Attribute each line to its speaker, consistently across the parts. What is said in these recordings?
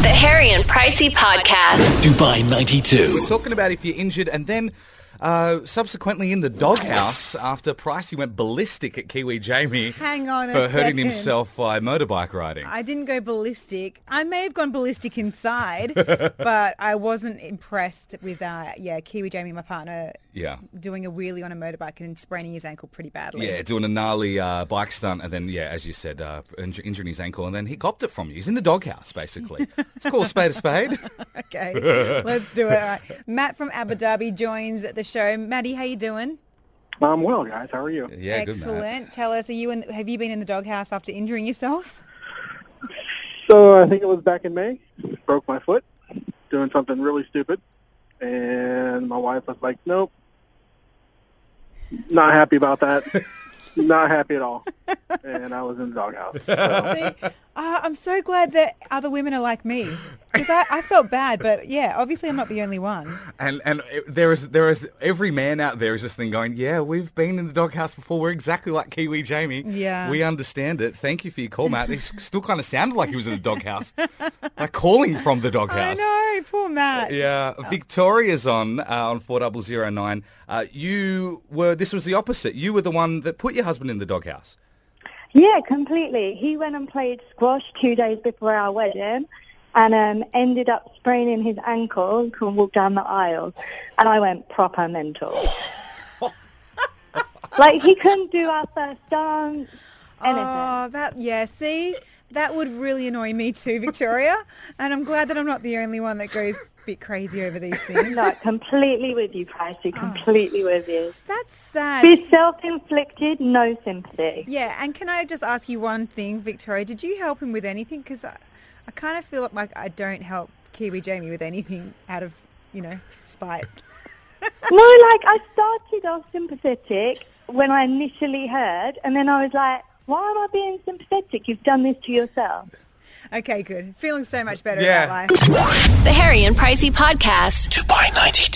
Speaker 1: The Harry and Pricey Podcast.
Speaker 2: Dubai 92.
Speaker 3: Talking about if you're injured and then uh, subsequently in the doghouse after Pricey went ballistic at Kiwi Jamie
Speaker 4: Hang on a
Speaker 3: for hurting
Speaker 4: second.
Speaker 3: himself by motorbike riding.
Speaker 4: I didn't go ballistic. I may have gone ballistic inside, but I wasn't impressed with, uh, yeah, Kiwi Jamie, my partner,
Speaker 3: yeah.
Speaker 4: doing a wheelie on a motorbike and spraining his ankle pretty badly.
Speaker 3: Yeah, doing a gnarly uh, bike stunt and then, yeah, as you said, uh, inj- injuring his ankle and then he copped it from you. He's in the doghouse, basically. Let's call a spade a spade.
Speaker 4: Okay, let's do it. All right. Matt from Abu Dhabi joins the show. Maddie, how you doing?
Speaker 5: I'm well, guys. How are you?
Speaker 3: Yeah, good man.
Speaker 4: Excellent. Tell us, are you in, have you been in the doghouse after injuring yourself?
Speaker 5: So I think it was back in May. Broke my foot doing something really stupid, and my wife was like, "Nope, not happy about that. not happy at all." And I was in the doghouse. So,
Speaker 4: See, uh, I'm so glad that other women are like me. Because I, I felt bad, but yeah, obviously I'm not the only one.
Speaker 3: And and it- there is there is every man out there is just thing going, yeah, we've been in the doghouse before. We're exactly like Kiwi Jamie.
Speaker 4: Yeah.
Speaker 3: we understand it. Thank you for your call, Matt. He s- still kind of sounded like he was in the doghouse, like calling from the
Speaker 4: I
Speaker 3: doghouse.
Speaker 4: know, poor Matt.
Speaker 3: Yeah, Victoria's on uh, on four double zero nine. Uh, you were this was the opposite. You were the one that put your husband in the doghouse.
Speaker 6: Yeah, completely. He went and played squash two days before our wedding and um, ended up spraining his ankle and couldn't walk down the aisle. And I went proper mental. like, he couldn't do our first dance, anything.
Speaker 4: Oh, that yeah. See, that would really annoy me too, Victoria. and I'm glad that I'm not the only one that goes a bit crazy over these things.
Speaker 6: no, completely with you, Pricey, completely with you.
Speaker 4: That's sad.
Speaker 6: Be self-inflicted, no sympathy.
Speaker 4: yeah, and can I just ask you one thing, Victoria? Did you help him with anything? Because I, I kind of feel like I don't help Kiwi Jamie with anything out of you know spite.
Speaker 6: No, like I started off sympathetic when I initially heard, and then I was like, why am I being sympathetic? You've done this to yourself.
Speaker 4: Okay, good. Feeling so much better
Speaker 3: Yeah.
Speaker 4: about life.
Speaker 1: The Harry and Pricey Podcast.
Speaker 2: Dubai 92.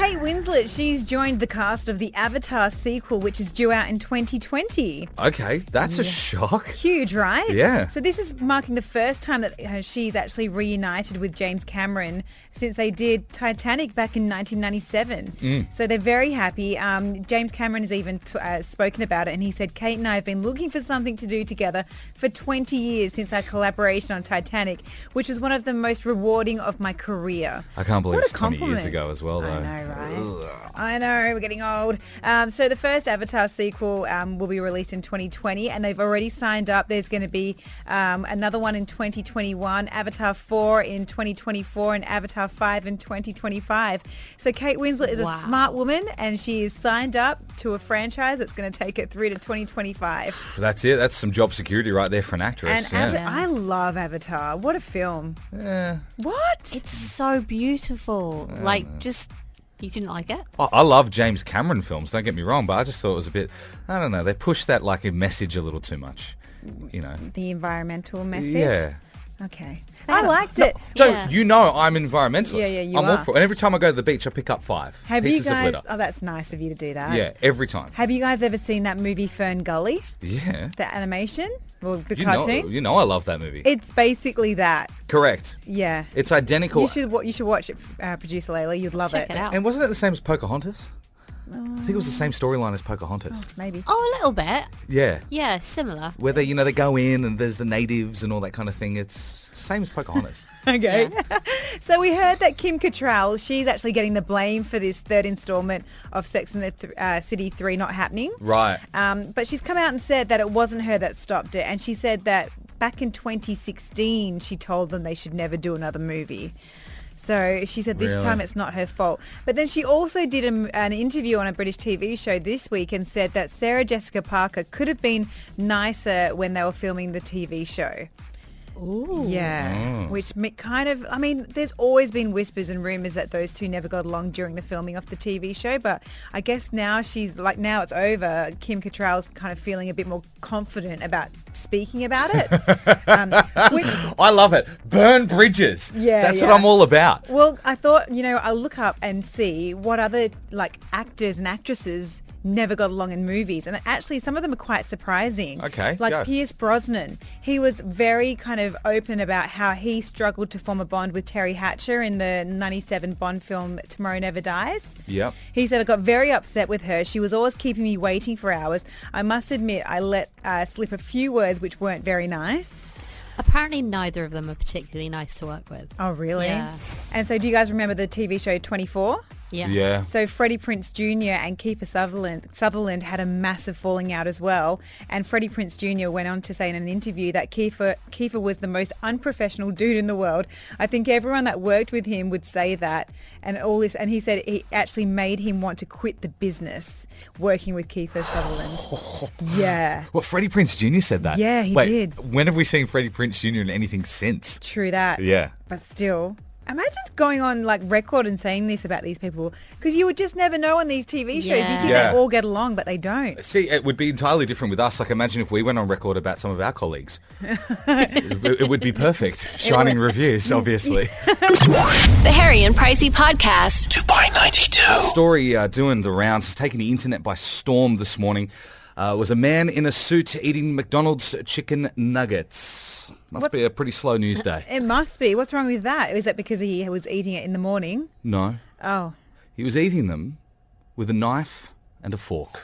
Speaker 4: Kate Winslet, she's joined the cast of the Avatar sequel, which is due out in 2020.
Speaker 3: Okay, that's a shock.
Speaker 4: Huge, right?
Speaker 3: Yeah.
Speaker 4: So this is marking the first time that uh, she's actually reunited with James Cameron since they did Titanic back in 1997. So they're very happy. Um, James Cameron has even t- uh, spoken about it, and he said, "Kate and I have been looking for something to do together for 20 years since our collaboration on Titanic, which was one of the most rewarding of my career."
Speaker 3: I can't believe
Speaker 4: What a
Speaker 3: it's 20 years
Speaker 4: compliment.
Speaker 3: ago as well, though.
Speaker 4: I know, right? I know, we're getting old. Um, so the first Avatar sequel um, will be released in 2020, and they've already signed up. There's going to be um, another one in 2021, Avatar 4 in 2024, and Avatar 5 in 2025. So Kate Winslet is a smart woman, and she is signed up to a franchise that's going to take it through to 2025.
Speaker 3: That's it. That's some job security right there for an
Speaker 4: And
Speaker 3: actress.
Speaker 4: Ava-
Speaker 3: yeah.
Speaker 4: I love Avatar. What a film!
Speaker 3: yeah.
Speaker 4: What?
Speaker 7: It's so beautiful. Like, just you didn't like it?
Speaker 3: I I love James Cameron films, don't get me wrong, but I just thought it was a bit, I don't know, they pushed that like a message a little too much, you know.
Speaker 4: the environmental message.
Speaker 3: Yeah.
Speaker 4: Okay. I liked it.
Speaker 3: So
Speaker 7: Yeah.
Speaker 3: you know I'm environmentalist.
Speaker 4: Yeah, yeah, you
Speaker 3: I'm
Speaker 4: are.
Speaker 3: all for And every time I go to the beach, I pick up five
Speaker 4: Have
Speaker 3: pieces
Speaker 4: you guys?
Speaker 3: of litter.
Speaker 4: Oh, that's nice of you to do that.
Speaker 3: Yeah, every time.
Speaker 4: Have you guys ever seen that movie Fern Gully?
Speaker 3: Yeah.
Speaker 4: The animation? Well, the
Speaker 3: You know,
Speaker 4: cartoon?
Speaker 3: you know I love that movie.
Speaker 4: It's basically that.
Speaker 3: Correct.
Speaker 4: Yeah.
Speaker 3: It's identical.
Speaker 4: You should wa- you should watch it, uh, producer Layla. You'd love
Speaker 7: Check it out.
Speaker 3: And wasn't it the same as Pocahontas? I think it was the same storyline as Pocahontas.
Speaker 4: Maybe.
Speaker 7: Oh, a little bit.
Speaker 3: Yeah.
Speaker 7: Yeah, similar.
Speaker 3: Where they, you know, they go in and there's the natives and all that kind of thing. It's the same as Pocahontas.
Speaker 4: Okay. so we heard that Kim Cattrall, she's actually getting the blame for this third installment of Sex and the Th- uh, City 3 not happening.
Speaker 3: right.
Speaker 4: Um, but she's come out and said that it wasn't her that stopped it. And she said that back in 2016, she told them they should never do another movie. So she said this
Speaker 3: Really?
Speaker 4: time it's not her fault. But then she also did a m an interview on a British TV show this week and said that Sarah Jessica Parker could have been nicer when they were filming the TV show.
Speaker 7: Ooh.
Speaker 4: Yeah, which mi- kind of, I mean, there's always been whispers and rumors that those two never got along during the filming of the TV show, but I guess now she's like, now it's over. Kim Cattrall's kind of feeling a bit more confident about speaking about it, um, which.
Speaker 3: I love it. Burn bridges.
Speaker 4: Yeah,
Speaker 3: That's
Speaker 4: yeah.
Speaker 3: what I'm all about.
Speaker 4: Well, I thought, you know, I'll look up and see what other like actors and actresses never got along in movies. And actually, some of them are quite surprising.
Speaker 3: Okay,
Speaker 4: Like
Speaker 3: go.
Speaker 4: Pierce Brosnan. He was very kind of open about how he struggled to form a bond with Terry Hatcher in the 97 Bond film Tomorrow Never Dies.
Speaker 3: Yep.
Speaker 4: He said, I got very upset with her. She was always keeping me waiting for hours. I must admit, I let uh, slip a few words which weren't very nice.
Speaker 7: Apparently, neither of them are particularly nice to work with.
Speaker 4: Oh, really?
Speaker 7: Yeah.
Speaker 4: And so, do you guys remember the TV show 24?
Speaker 7: Yeah.
Speaker 3: Yeah.
Speaker 4: So Freddie Prince Jr. and Kiefer Sutherland, Sutherland had a massive falling out as well. And Freddie Prince Jr. went on to say in an interview that Kiefer, Kiefer was the most unprofessional dude in the world. I think everyone that worked with him would say that. And all this, and he said it actually made him want to quit the business working with Kiefer Sutherland. yeah,
Speaker 3: Well, Freddie Prince Jr. said that.
Speaker 4: Yeah, he
Speaker 3: Wait,
Speaker 4: did.
Speaker 3: When have we seen Freddie Prince Jr. in anything since?
Speaker 4: true that.
Speaker 3: Yeah.
Speaker 4: But still. Imagine going on like record and saying this about these people because you would just never know on these TV shows. You
Speaker 7: Yeah.
Speaker 4: think
Speaker 3: Yeah.
Speaker 4: they all get along, but they don't.
Speaker 3: See, it would be entirely different with us. Like, imagine if we went on record about some of our colleagues. it, it would be perfect. Shining reviews, obviously.
Speaker 1: The Harry and Pricey Podcast.
Speaker 2: Dubai 92.
Speaker 3: Story uh, doing the rounds has taken the internet by storm this morning. Uh, was a man in a suit eating McDonald's chicken nuggets. Must be a pretty slow news day.
Speaker 4: It must be. What's wrong with that? Is that because he was eating it in the morning?
Speaker 3: No,
Speaker 4: Oh,
Speaker 3: he was eating them with a knife and a fork.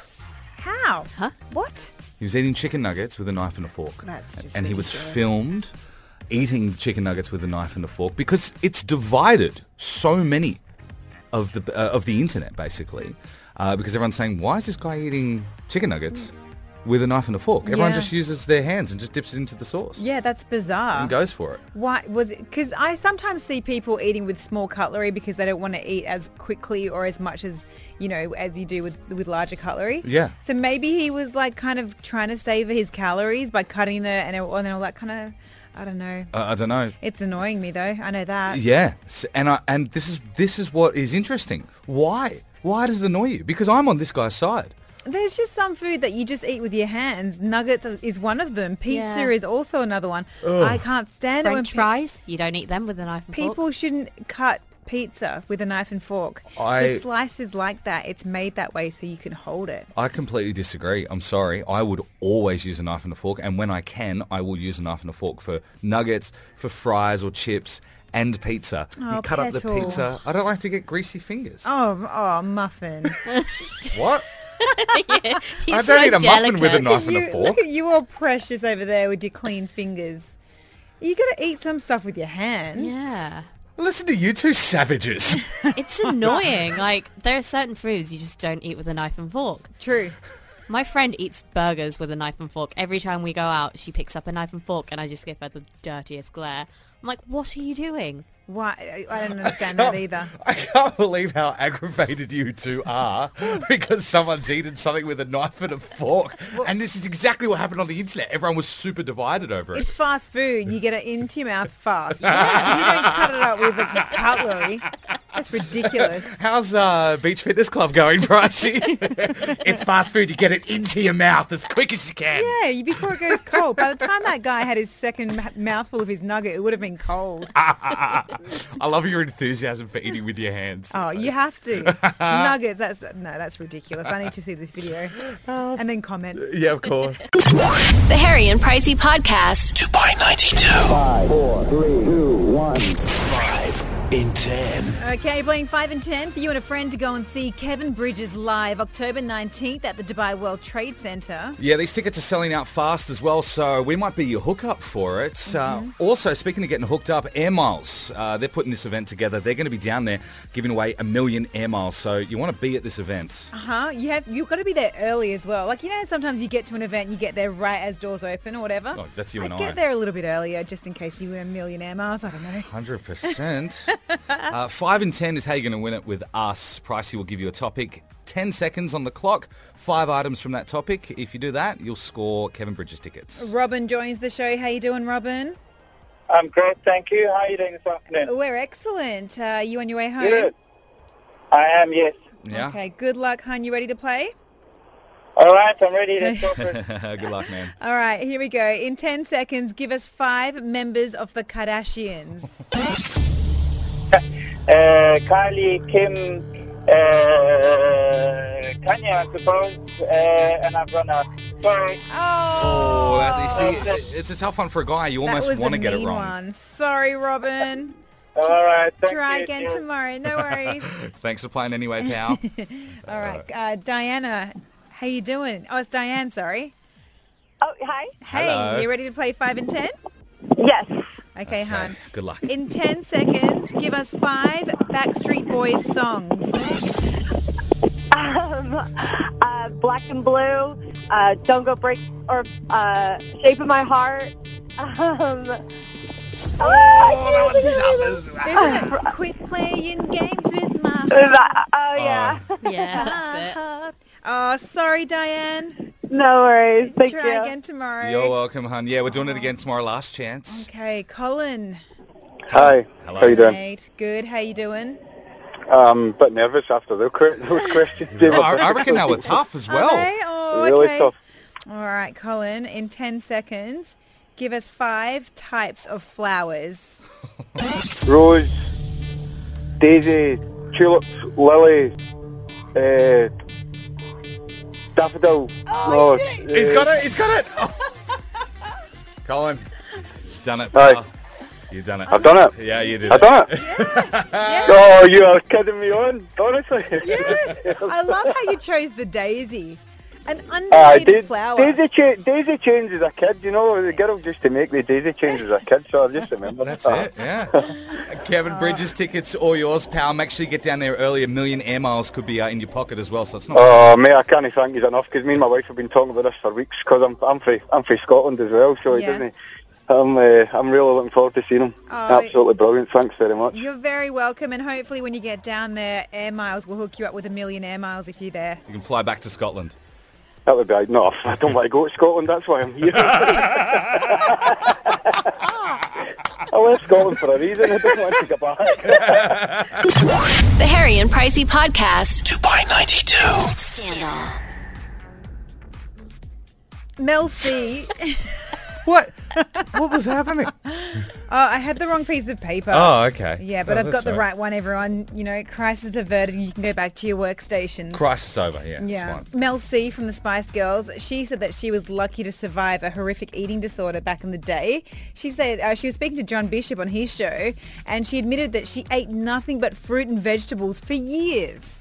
Speaker 4: how? Huh? What?
Speaker 3: He was eating chicken nuggets with a knife and a fork.
Speaker 4: That's just
Speaker 3: and he was
Speaker 4: ridiculous.
Speaker 3: filmed eating chicken nuggets with a knife and a fork because it's divided so many of the uh, of the internet basically uh, because everyone's saying why is this guy eating chicken nuggets with a knife and a fork? Everyone
Speaker 4: Yeah.
Speaker 3: just uses their hands and just dips it into the sauce
Speaker 4: Yeah, that's bizarre.
Speaker 3: and goes for it.
Speaker 4: Why was it? Because I sometimes see people eating with small cutlery because they don't want to eat as quickly or as much as you know as you do with with larger cutlery.
Speaker 3: Yeah.
Speaker 4: So maybe he was like kind of trying to savor his calories by cutting the and all, and all that kind of. I don't know.
Speaker 3: Uh, I don't know.
Speaker 4: It's annoying me though. I know that.
Speaker 3: Yeah, S- and I, and this is this is what is interesting. Why? Why does it annoy you? Because I'm on this guy's side.
Speaker 4: There's just some food that you just eat with your hands. Nuggets is one of them. Pizza
Speaker 7: Yeah.
Speaker 4: is also another one. I can't stand it when
Speaker 7: French
Speaker 4: pe-
Speaker 7: fries, you don't eat them with a knife and fork.
Speaker 4: people shouldn't cut pizza with a knife and fork.
Speaker 3: I-
Speaker 4: The slice is like that. It's made that way so you can hold it.
Speaker 3: I completely disagree. I'm sorry. I would always use a knife and a fork, and when I can, I will use a knife and a fork for nuggets, for fries or chips, and pizza. you
Speaker 4: Oh,
Speaker 3: cut up the
Speaker 4: Petal.
Speaker 3: pizza. I don't like to get greasy fingers.
Speaker 4: Oh, oh, muffin.
Speaker 3: What?
Speaker 7: He's
Speaker 3: I don't
Speaker 7: so
Speaker 3: eat a muffin
Speaker 7: delicate.
Speaker 3: with a knife and
Speaker 4: you,
Speaker 3: a fork.
Speaker 4: look at you all precious over there with your clean fingers. You got to eat some stuff with your hands.
Speaker 7: Yeah.
Speaker 3: Listen to you two savages.
Speaker 7: It's annoying. like there are certain foods you just don't eat with a knife and fork.
Speaker 4: True.
Speaker 7: My friend eats burgers with a knife and fork. Every time we go out, she picks up a knife and fork, and I just give her the dirtiest glare. I'm like, what are you doing?
Speaker 4: Why? I I don't understand that either.
Speaker 3: I can't believe how aggravated you two are because someone's eaten something with a knife and a fork. and this is exactly what happened on the internet. Everyone was super divided over it.
Speaker 4: It's fast food. You get it into your mouth fast. You don't cut it up with a cutlery. That's ridiculous.
Speaker 3: How's uh, Beach Fitness Club going, Pricey? it's fast food. You get it into your mouth as quick as you can.
Speaker 4: Yeah, you- before it goes cold. By the time that guy had his second ma- mouthful of his nugget, it would have been cold.
Speaker 3: I love your enthusiasm for eating with your hands.
Speaker 4: Oh, you have to. Nuggets, that's no, that's ridiculous. I need to see this video. And then comment.
Speaker 3: Yeah, of course.
Speaker 1: The Harry and Pricey Podcast.
Speaker 2: Dubai 92.
Speaker 8: Five, four, three, two, one.
Speaker 2: 5 in 10.
Speaker 4: Okay, playing 5 and 10 for you and a friend to go and see Kevin Bridges live October 19th at the Dubai World Trade Center.
Speaker 3: yeah, these tickets are selling out fast as well, so we might be your hookup for it. Uh, also, speaking of getting hooked up, Air Miles, uh, they're putting this event together. They're going to be down there giving away a million Air Miles, so you want to be at this event.
Speaker 4: Huh? You have you've got to be there early as well. Like you know, sometimes you get to an event, and you get there right as doors open or whatever.
Speaker 3: Oh, that's you and I.
Speaker 4: Get there a little bit earlier, just in case you were a millionaire miles. I don't know.
Speaker 3: Hundred percent. Uh, Five and ten is how you're going to win it with us. Pricey will give you a topic. Ten seconds on the clock. Five items from that topic. If you do that, you'll score Kevin Bridges tickets.
Speaker 4: Robin joins the show. How you doing, Robin?
Speaker 5: I'm great, thank you. How are you doing this afternoon?
Speaker 4: We're excellent. Uh, are you on your way home?
Speaker 5: Good. I am, yes.
Speaker 3: Yeah.
Speaker 4: Okay. Good luck, hon. You ready to play?
Speaker 5: All right, I'm ready to stop it.
Speaker 3: Good luck, man.
Speaker 4: All right. Here we go. In ten seconds, give us five members of the Kardashians.
Speaker 5: Uh, Kylie, Kim,
Speaker 9: Uh, Kenya, I suppose, uh, and I've run out. Sorry.
Speaker 4: Oh,
Speaker 3: Oh, that's, you see, it's a tough one for a guy. You
Speaker 4: that
Speaker 3: almost
Speaker 4: was
Speaker 3: want to
Speaker 4: a
Speaker 3: get it
Speaker 4: mean
Speaker 3: wrong.
Speaker 4: one. Sorry, Robin.
Speaker 9: All right. Thank
Speaker 4: Try
Speaker 9: you.
Speaker 4: again
Speaker 9: Cheers.
Speaker 4: tomorrow. No worries.
Speaker 3: Thanks for playing anyway, pal.
Speaker 4: All right, uh, Diana, how you doing? Oh, it's Diane. Sorry.
Speaker 6: Oh, hi.
Speaker 4: Hey,
Speaker 3: Hello.
Speaker 4: you ready to play five and ten?
Speaker 6: Yes.
Speaker 4: Okay, hon.
Speaker 3: Good luck.
Speaker 4: In ten seconds, give us five Backstreet Boys songs.
Speaker 6: Um, uh, black and blue. Uh, don't go break or uh, shape of my heart. Um, oh,
Speaker 4: Isn't it? Quit playing games with my heart.
Speaker 6: that, oh yeah.
Speaker 7: Yeah, that's it.
Speaker 4: Oh, sorry, Diane.
Speaker 6: no worries. Thank
Speaker 4: Try
Speaker 6: you.
Speaker 4: again tomorrow.
Speaker 3: You're welcome, hun. Yeah, we're doing it again tomorrow. Last chance.
Speaker 4: Okay, Colin.
Speaker 10: Hi.
Speaker 3: Hello.
Speaker 10: How you doing?
Speaker 4: Mate, good. How you doing?
Speaker 10: Um, bit nervous after those que- those questions. Jim.
Speaker 3: I, I reckon they were tough as
Speaker 4: Are
Speaker 3: well.
Speaker 4: they? Oh,
Speaker 10: Really
Speaker 4: okay.
Speaker 10: tough.
Speaker 4: All right, Colin. In ten seconds, give us five types of flowers.
Speaker 10: Rose, Daisy, tulips, lily, uh, daffodil. Oh,
Speaker 3: He's got it. He's got it. Colin, done it.
Speaker 10: Hi.
Speaker 3: pal. You done it.
Speaker 10: I've done it.
Speaker 3: Yeah, you did.
Speaker 10: I've
Speaker 3: it.
Speaker 10: done it. Oh, you are kidding me on, honestly.
Speaker 4: Yes, I love how you chose the daisy, an underrated
Speaker 10: Ah, da-
Speaker 4: flower.
Speaker 10: Daisy, cha- daisy chains as a kid, you know, the girl used to make the daisy chains as a kid, so I just remember
Speaker 3: That's
Speaker 10: that.
Speaker 3: it, yeah. Kevin Bridges tickets, all yours, pal. Make sure you get down there early. A million air miles could be uh, in your pocket as well, so it's not...
Speaker 10: Oh, mate, I can't thank you enough because me and my wife have been talking about this for weeks because I'm, I'm, from, I'm from Scotland as well, so it
Speaker 4: Yeah.
Speaker 10: doesn't I'm, uh, I'm really looking forward to seeing him.
Speaker 4: Oh,
Speaker 10: Absolutely brilliant. Thanks very much.
Speaker 4: You're very welcome, and hopefully when you get down there, Air Miles will hook you up with a million Air Miles if you're there.
Speaker 3: You can fly back to Scotland.
Speaker 10: That would be no. I don't want to go to Scotland. That's why I'm here. I left Scotland for a reason. I don't want to go back.
Speaker 1: The Harry and Pricey Podcast.
Speaker 2: 2.92.
Speaker 4: Mel C. oh,
Speaker 3: What? what was happening?
Speaker 4: I had the wrong piece of paper.
Speaker 3: Oh, okay.
Speaker 4: Yeah, but
Speaker 3: Oh,
Speaker 4: I've
Speaker 3: that's
Speaker 4: got the
Speaker 3: all
Speaker 4: right one, everyone. You know, crisis averted. You can go back to your workstations.
Speaker 3: Crisis over, yeah. it's
Speaker 4: yeah.
Speaker 3: fine.
Speaker 4: Mel C from the Spice Girls, she said that she was lucky to survive a horrific eating disorder back in the day. She said uh, she was speaking to John Bishop on his show and she admitted that she ate nothing but fruit and vegetables for years.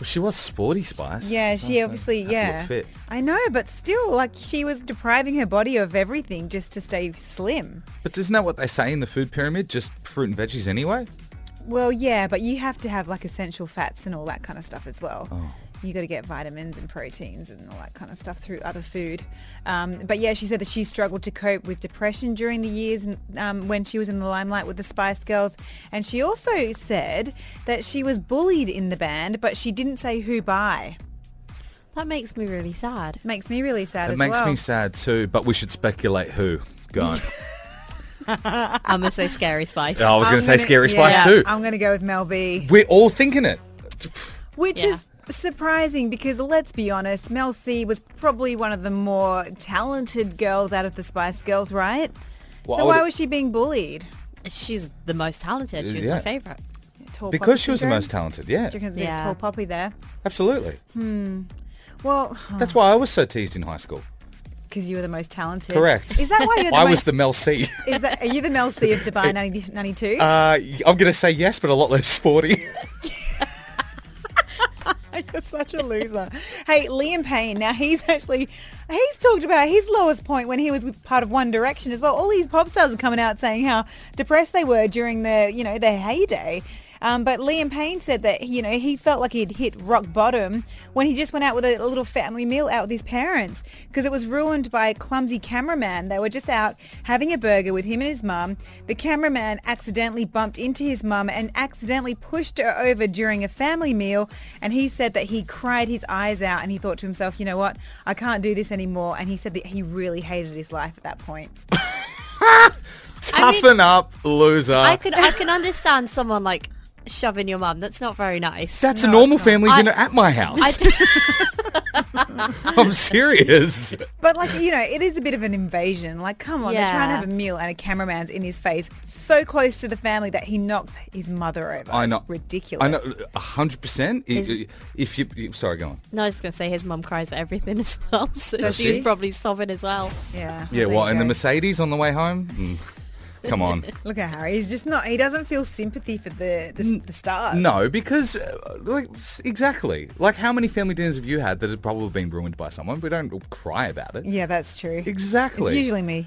Speaker 3: Well, she was sporty spice.
Speaker 4: Yeah, she obviously,
Speaker 3: had to
Speaker 4: yeah.
Speaker 3: look fit.
Speaker 4: I know, but still, like, she was depriving her body of everything just to stay slim.
Speaker 3: But isn't that what they say in the food pyramid? Just fruit and veggies anyway?
Speaker 4: Well, yeah, but you have to have, like, essential fats and all that kind of stuff as well.
Speaker 3: Oh.
Speaker 4: You got to get vitamins and proteins and all that kind of stuff through other food. Um, but yeah, she said that she struggled to cope with depression during the years um, when she was in the limelight with the Spice Girls. And she also said that she was bullied in the band, but she didn't say who by.
Speaker 7: That makes me really sad.
Speaker 4: Makes me really sad
Speaker 3: It
Speaker 4: as
Speaker 3: makes
Speaker 4: well.
Speaker 3: me sad too, but we should speculate who. Go on.
Speaker 7: I'm gonna say scary spice.
Speaker 3: I was going
Speaker 4: I'm
Speaker 3: to say
Speaker 4: gonna-
Speaker 3: Scary
Speaker 4: yeah,
Speaker 3: Spice too.
Speaker 4: I'm going to go with Mel B,
Speaker 3: We're all thinking it.
Speaker 4: which
Speaker 7: Yeah.
Speaker 4: is surprising because let's be honest, Mel C was probably one of the more talented girls out of the Spice Girls, right?
Speaker 3: Well, I
Speaker 4: so why
Speaker 3: would-
Speaker 4: was she being bullied?
Speaker 7: She's the most talented. She was
Speaker 3: Yeah.
Speaker 7: my favourite.
Speaker 4: Tall poppy
Speaker 3: Because she was the
Speaker 4: syndrome?
Speaker 3: most talented, yeah.
Speaker 4: Do you reckon there's a bit of
Speaker 7: Yeah.
Speaker 4: tall poppy there.
Speaker 3: Absolutely.
Speaker 4: Well,
Speaker 3: That's why I was so teased in high school.
Speaker 4: because you were the most talented.
Speaker 3: Correct.
Speaker 4: Is that why you're the
Speaker 3: I
Speaker 4: most,
Speaker 3: was the Mel C.
Speaker 4: Is that, are you the Mel C of Dubai 90 92?
Speaker 3: Uh, I'm going to say yes, but a lot less sporty.
Speaker 4: You're such a loser. hey, Liam Payne. Now he's actually he's talked about his lowest point when he was with part of One Direction as well. All these pop stars are coming out saying how depressed they were during their you know their heyday. Um, but Liam Payne said that you know he felt like he'd hit rock bottom when he just went out with a little family meal out with his parents because it was ruined by a clumsy cameraman. They were just out having a burger with him and his mum. The cameraman accidentally bumped into his mum and accidentally pushed her over during a family meal. And he said that he cried his eyes out and he thought to himself, you know what, I can't do this anymore. And he said that he really hated his life at that point.
Speaker 3: Toughen up, loser. Uh,
Speaker 7: I could I can understand someone like shoving your mum. That's not very nice.
Speaker 3: That's a normal family dinner at my house.
Speaker 7: I d-
Speaker 3: I'm serious.
Speaker 4: But like you know, it is a bit of an invasion. Like, come on, they're trying to
Speaker 7: Yeah.
Speaker 4: have a meal and a cameraman's in his face, so close to the family that he knocks his mother over.
Speaker 3: I
Speaker 4: It's
Speaker 3: know.
Speaker 4: ridiculous.
Speaker 3: I know, a hundred percent. If-
Speaker 7: Is-
Speaker 3: If you, you- sorry, go on.
Speaker 7: no, I was just going to say his mum cries at everything as well, so
Speaker 3: Does
Speaker 7: she's
Speaker 3: she?
Speaker 7: probably sobbing as well.
Speaker 4: Yeah.
Speaker 3: Yeah,
Speaker 4: There
Speaker 3: what?
Speaker 4: you
Speaker 3: And the
Speaker 4: go.
Speaker 3: Mercedes on the way home? Mm. Come on.
Speaker 4: Look at Harry. He's just not. He doesn't feel sympathy for the the, the stars.
Speaker 3: No, because uh, like s- exactly. Like how many family dinners have you had that have probably been ruined by someone? We don't cry about it.
Speaker 4: Yeah, that's true.
Speaker 3: Exactly.
Speaker 4: It's usually me.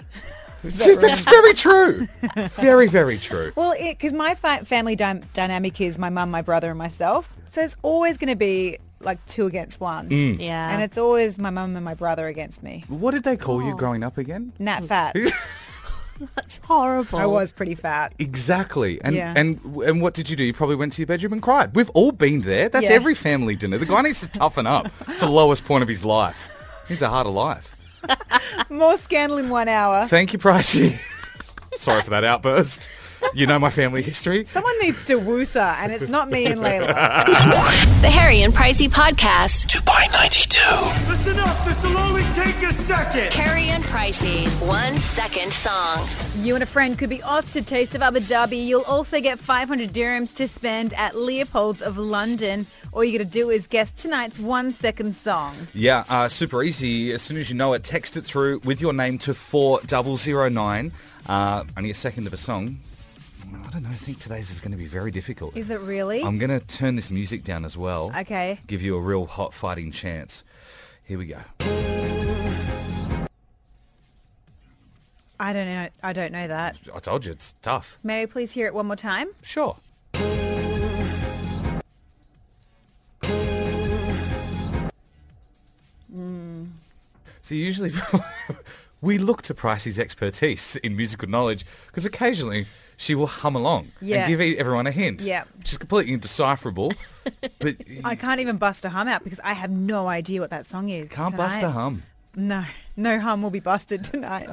Speaker 3: See, that's very true. Very, very true.
Speaker 4: Well, because my fa- family dy- dynamic is my mum, my brother, and myself. So it's always going to be like two against one.
Speaker 3: Mm.
Speaker 7: Yeah.
Speaker 4: And it's always my mum and my brother against me.
Speaker 3: What did they call
Speaker 4: Oh.
Speaker 3: you growing up again?
Speaker 4: Nat fat.
Speaker 7: That's horrible.
Speaker 4: I was pretty fat.
Speaker 3: Exactly. And
Speaker 4: Yeah.
Speaker 3: and and what did you do? You probably went to your bedroom and cried. We've all been there. That's
Speaker 4: Yeah.
Speaker 3: every family dinner. The guy needs to toughen up. It's the lowest point of his life. He needs a harder life.
Speaker 4: More scandal in one hour.
Speaker 3: Thank you, Pricey. Sorry for that outburst. You know my family history.
Speaker 4: Someone needs to woosa, and it's not me and Layla.
Speaker 1: The Harry and Pricey Podcast.
Speaker 2: by 92.
Speaker 11: Listen up, this will only take a second.
Speaker 1: Harry and Pricey's one second song.
Speaker 4: You and a friend could be off to Taste of Abu Dhabi. You'll also get 500 dirhams to spend at Leopold's of London. All you got to do is guess tonight's one second song.
Speaker 3: Yeah, uh, super easy. As soon as you know it, text it through with your name to 4009. Uh, only a second of a song. I don't know. I think today's is going to be very difficult.
Speaker 4: Is it really?
Speaker 3: I'm going to turn this music down as well.
Speaker 4: Okay.
Speaker 3: Give you a real hot fighting chance. Here we go.
Speaker 4: I don't know. I don't know that.
Speaker 3: I told you it's tough.
Speaker 4: May I please hear it one more time?
Speaker 3: Sure.
Speaker 4: Hmm.
Speaker 3: So usually we look to Pricey's expertise in musical knowledge because occasionally she will hum along
Speaker 4: Yeah.
Speaker 3: and give e- everyone a hint.
Speaker 4: Yeah.
Speaker 3: Which is completely indecipherable. but you
Speaker 4: I can't even bust a hum out because I have no idea what that song is.
Speaker 3: can't bust a
Speaker 4: tonight.
Speaker 3: hum. Ah.
Speaker 4: No, no hum will be busted tonight.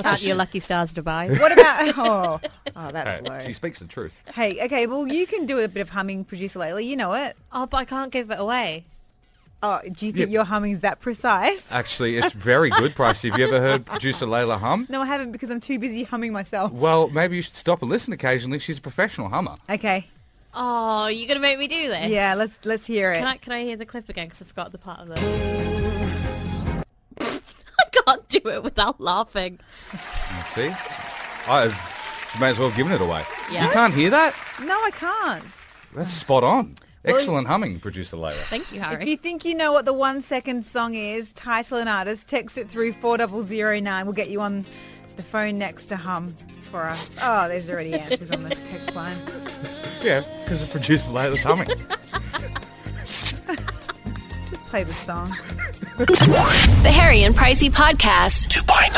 Speaker 7: Count your lucky stars, Dubai.
Speaker 4: what about? Oh, oh, that's
Speaker 3: She
Speaker 4: low.
Speaker 3: speaks the truth.
Speaker 4: Hey, okay, well you can do a bit of humming, producer Layla. You know it.
Speaker 7: oh, but I can't give it away.
Speaker 4: Oh, do you
Speaker 3: Yeah.
Speaker 4: think your humming's that precise?
Speaker 3: Actually, it's very good, Pricey. Have you ever heard producer Layla hum?
Speaker 4: No, I haven't because I'm too busy humming myself.
Speaker 3: Well, maybe you should stop and listen occasionally. She's a professional hummer.
Speaker 4: Okay.
Speaker 7: Oh, you're going to make me do this?
Speaker 4: Yeah, let's let's hear it.
Speaker 7: Can I, can I hear the clip again? Because I forgot the part of the... I can't do it without laughing.
Speaker 3: You see? I she may as well given it away.
Speaker 7: Yeah.
Speaker 3: You can't hear that?
Speaker 4: No, I can't.
Speaker 3: That's spot on. Excellent humming, producer Layla.
Speaker 7: Thank you,
Speaker 4: If
Speaker 7: Harry.
Speaker 4: you think you know what the one second song is, title and artist, text it through 4009. We'll get you on the phone next to hum for us. Oh, there's already answers on the text line.
Speaker 3: Yeah, because of producer Layla's humming.
Speaker 4: Play the song.
Speaker 1: The Harry and Pricey Podcast.
Speaker 2: Dubai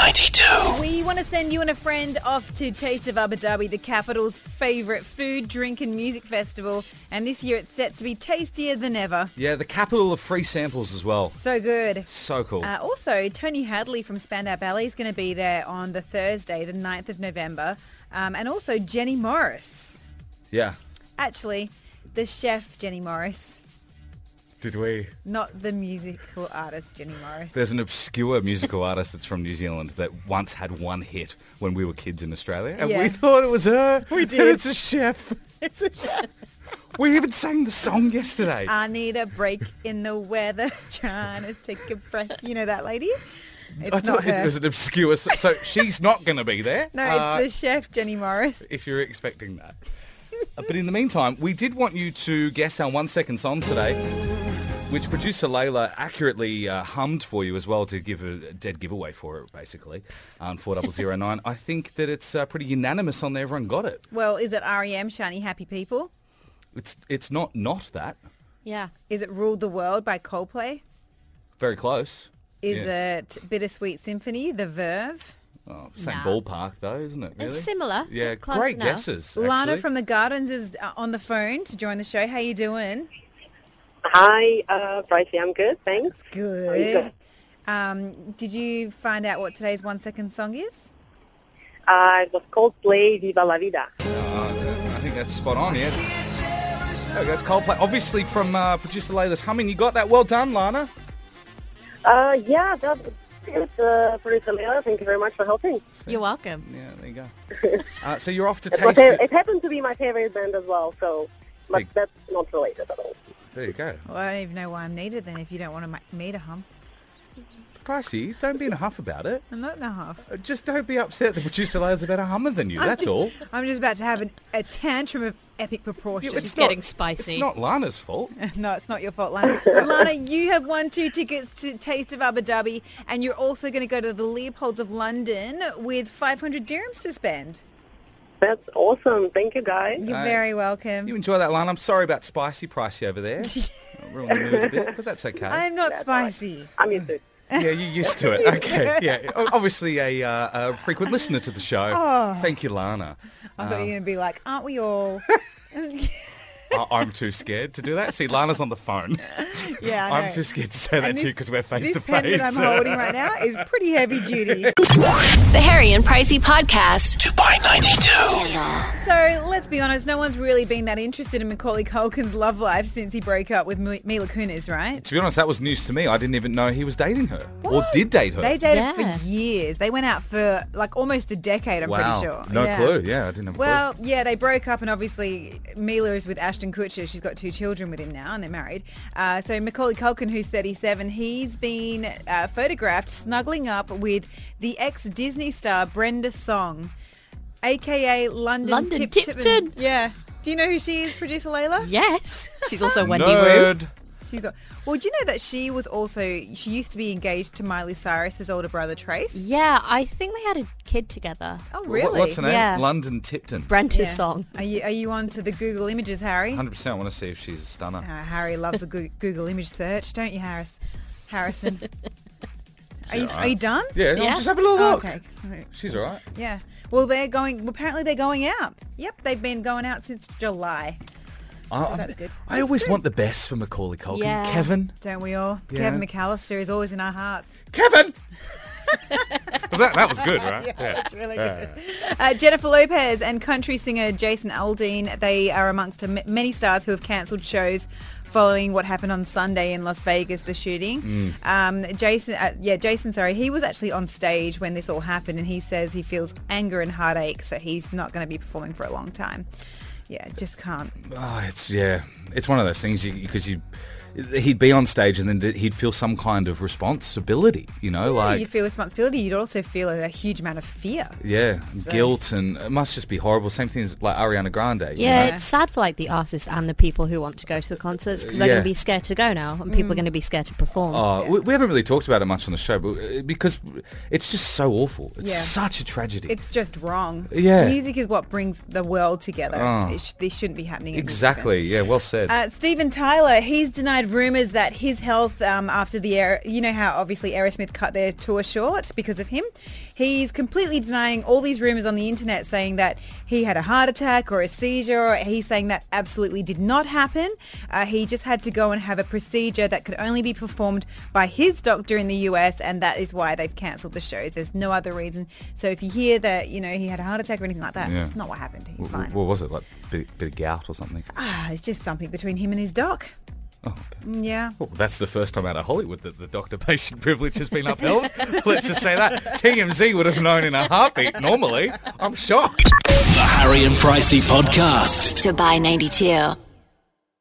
Speaker 2: 92.
Speaker 4: We want to send you and a friend off to Taste of Abu Dhabi, the capital's favourite food, drink and music festival. And this year it's set to be tastier than ever.
Speaker 3: yeah, the capital of free samples as well.
Speaker 4: So good.
Speaker 3: So cool.
Speaker 4: Uh, also, Tony Hadley from Spandau Ballet is going to be there on the Thursday, the 9th of November. Um, and also Jenny Morris.
Speaker 3: yeah.
Speaker 4: Actually, the chef Jenny Morris,
Speaker 3: Did we?
Speaker 4: not the musical artist Jenny Morris.
Speaker 3: There's an obscure musical artist that's from New Zealand that once had one hit when we were kids in Australia, and
Speaker 4: Yeah.
Speaker 3: we thought it was her. We did. It's a chef. It's a chef. we even sang the song yesterday.
Speaker 4: I need a break in the weather, trying to take a breath. You know that lady? It's
Speaker 3: I
Speaker 4: not
Speaker 3: thought
Speaker 4: her.
Speaker 3: it was an obscure. So, so she's not going to be there.
Speaker 4: no,
Speaker 3: Uh,
Speaker 4: it's the chef Jenny Morris.
Speaker 3: if you're expecting that. Uh, but in the meantime, we did want you to guess our one second song today, which producer Layla accurately uh, hummed for you as well to give a dead giveaway for it, basically, um, on 4009. I think that it's uh, pretty unanimous on there. Everyone got it.
Speaker 4: Well, is it REM, Shiny Happy People?
Speaker 3: It's, it's not not that.
Speaker 7: yeah.
Speaker 4: Is it Ruled the World by Coldplay?
Speaker 3: Very close.
Speaker 4: Is
Speaker 3: Yeah.
Speaker 4: it Bittersweet Symphony, The Verve?
Speaker 3: Oh, same
Speaker 7: Nah.
Speaker 3: ballpark, though, isn't it? Really?
Speaker 7: It's similar.
Speaker 3: Yeah,
Speaker 7: Close
Speaker 3: great
Speaker 7: enough.
Speaker 3: guesses.
Speaker 4: Lana
Speaker 3: actually.
Speaker 4: from the Gardens is uh, on the phone to join the show. How you doing?
Speaker 12: Hi, uh, Brycey, I'm good, thanks.
Speaker 4: Good. Um, did you find out what today's one second song is?
Speaker 12: Uh, it was Coldplay, Viva La Vida.
Speaker 3: Uh, I think that's spot on, yeah. There we go. It's Coldplay. Obviously from uh, producer Layla's humming. You got that. Well done, Lana.
Speaker 12: Uh, yeah, that was good, uh, producer Leila. Thank you very much for helping.
Speaker 7: You're welcome.
Speaker 3: Yeah, there you go. Uh, so you're off to
Speaker 12: It, was,
Speaker 3: taste
Speaker 12: it,
Speaker 3: it.
Speaker 12: happened to be my favorite band as well, so but
Speaker 3: Big.
Speaker 12: that's not related at all.
Speaker 3: There you go.
Speaker 4: Well, I don't even know why I'm needed then if you don't want to make me to hum.
Speaker 3: Pricey, don't be in a huff about it.
Speaker 4: I'm not in a half.
Speaker 3: Uh, Just don't be upset that producer Layla's a better hummer than you. That's all.
Speaker 4: I'm just about to have an, a tantrum of epic proportions.
Speaker 3: It's not- It's not Lana's fault.
Speaker 4: no, it's not your fault, Lana. Lana, you have won two tickets to Taste of Abu Dhabi, and you're also going to go to the Leopold's of London with 500 dirhams to spend.
Speaker 12: That's awesome. Thank you, guys.
Speaker 4: You're
Speaker 3: Uh,
Speaker 4: very welcome.
Speaker 3: You enjoy that, Lana. I'm sorry about spicy pricey over there. Uh, Ruined the mood a bit, but that's okay.
Speaker 4: I'm not spicy.
Speaker 12: I'm used to it.
Speaker 3: Yeah, you're used to it. Okay, yeah. O- Obviously a, uh, a frequent listener to the show.
Speaker 4: Oh.
Speaker 3: Thank you, Lana.
Speaker 4: I thought you were
Speaker 3: Um,
Speaker 4: going to be like, aren't we all?
Speaker 3: I- I'm too scared to do that. See, Lana's on the phone.
Speaker 4: yeah, I know.
Speaker 3: I'm too scared to say that
Speaker 4: And
Speaker 3: to you
Speaker 4: this-
Speaker 3: because we're face
Speaker 4: This
Speaker 3: to
Speaker 4: pen
Speaker 3: face.
Speaker 4: that I'm holding right now is pretty heavy duty.
Speaker 1: The Harry and Pricey Podcast. 2.92.
Speaker 4: So let's be honest, no one's really been that interested in Macaulay Culkin's love life since he broke up with Mi- Mila Kunis, right?
Speaker 3: To be honest, that was news to me. I didn't even know he was dating her or did date her.
Speaker 4: They dated
Speaker 7: Yeah.
Speaker 4: for years. They went out for like almost a decade, I'm
Speaker 3: wow.
Speaker 4: pretty sure.
Speaker 3: No
Speaker 4: Yeah.
Speaker 3: clue. Yeah, I didn't have a
Speaker 4: Well, yeah, they broke up, and obviously Mila is with Ashton Kutcher. She's got two children with him now, and they're married. Uh, so Macaulay Culkin, who's 37, he's been uh, photographed snuggling up with the ex-Disney star Brenda Song, aka London,
Speaker 7: London
Speaker 4: Tip-
Speaker 7: Tipton.
Speaker 4: Yeah. Do you know who she is, producer Layla?
Speaker 7: Yes. She's also
Speaker 3: clue.
Speaker 7: Wendy Wu.
Speaker 3: Nerd.
Speaker 4: She's a, well. Do you know that she was also she used to be engaged to Miley Cyrus's older brother Trace?
Speaker 7: Yeah, I think they had a kid together.
Speaker 4: Oh,
Speaker 3: Wh-
Speaker 4: really?
Speaker 3: What's her name?
Speaker 7: Yeah.
Speaker 3: London Tipton.
Speaker 7: Brenta's
Speaker 4: Yeah.
Speaker 7: song.
Speaker 4: Are you are you onto the Google images, Harry?
Speaker 3: 100% want to see if she's a stunner.
Speaker 4: Uh, Harry loves a Goo- Google image search, don't you, Harris? Harrison. Are you, are you done?
Speaker 3: Yeah,
Speaker 7: Yeah.
Speaker 3: I'll just have a little look.
Speaker 4: Oh, Okay.
Speaker 3: She's all right.
Speaker 4: Yeah. Well, they're going. well, Apparently, they're going out. Yep, they've been going out since July.
Speaker 3: I,
Speaker 4: that's good.
Speaker 3: I always want the best for Macaulay Culkin.
Speaker 7: Yeah.
Speaker 3: Kevin.
Speaker 4: Don't we all?
Speaker 3: Yeah.
Speaker 4: Kevin McAllister is always in our hearts.
Speaker 3: Kevin! Was that, that was good, right? Yeah.
Speaker 4: That's really good. Uh, Jennifer Lopez and country singer Jason Aldean, they are amongst m- many stars who have cancelled shows following what happened on Sunday in Las Vegas, the shooting.
Speaker 3: Mm.
Speaker 4: Um, Jason, uh, yeah, Jason, sorry, he was actually on stage when this all happened and he says he feels anger and heartache, so he's not going to be performing for a long time. Yeah, just can't.
Speaker 3: Oh, it's yeah, it's one of those things because you, he'd be on stage and then he'd feel some kind of responsibility, you know, like
Speaker 4: You'd feel responsibility. You'd also feel a huge amount of fear.
Speaker 3: yeah, guilt and it must just be horrible. Same thing as like Ariana Grande. you
Speaker 7: Yeah,
Speaker 3: know?
Speaker 7: it's sad for like the artists and the people who want to go to the concerts because they're
Speaker 3: Yeah.
Speaker 7: going to be scared to go now, and people are going to be scared to perform.
Speaker 3: Oh, we, we haven't really talked about it much on the show, but uh, because it's just so awful. It's
Speaker 4: Yeah.
Speaker 3: such a tragedy.
Speaker 4: It's just wrong.
Speaker 3: Yeah.
Speaker 4: Music is what brings the world together.
Speaker 3: Oh.
Speaker 4: It sh- this shouldn't be happening. at this
Speaker 3: exactly. Yeah. Well said.
Speaker 4: Uh, Steven Tyler, he's denied rumours that his health um, after the air, you know how obviously Aerosmith cut their tour short because of him. He's completely denying all these rumours on the internet saying that he had a heart attack or a seizure. Or he's saying that absolutely did not happen. Uh, he just had to go and have a procedure that could only be performed by his doctor in the US and that is why they've cancelled the shows. There's no other reason. So if you hear that, you know, he had a heart attack or anything like that,
Speaker 3: Yeah.
Speaker 4: it's not what happened. He's
Speaker 3: W-
Speaker 4: fine.
Speaker 3: w- what was it like? Bit, bit of gout or something?
Speaker 4: ah, it's just something between him and his doc. Mm,
Speaker 3: Oh, okay.
Speaker 4: Yeah.
Speaker 3: Well, that's the first time out of Hollywood that the doctor-patient privilege has been upheld. Let's just say that. TMZ would have known in a heartbeat normally. I'm shocked.
Speaker 2: The Harry and Pricey Podcast.
Speaker 1: Dubai 92.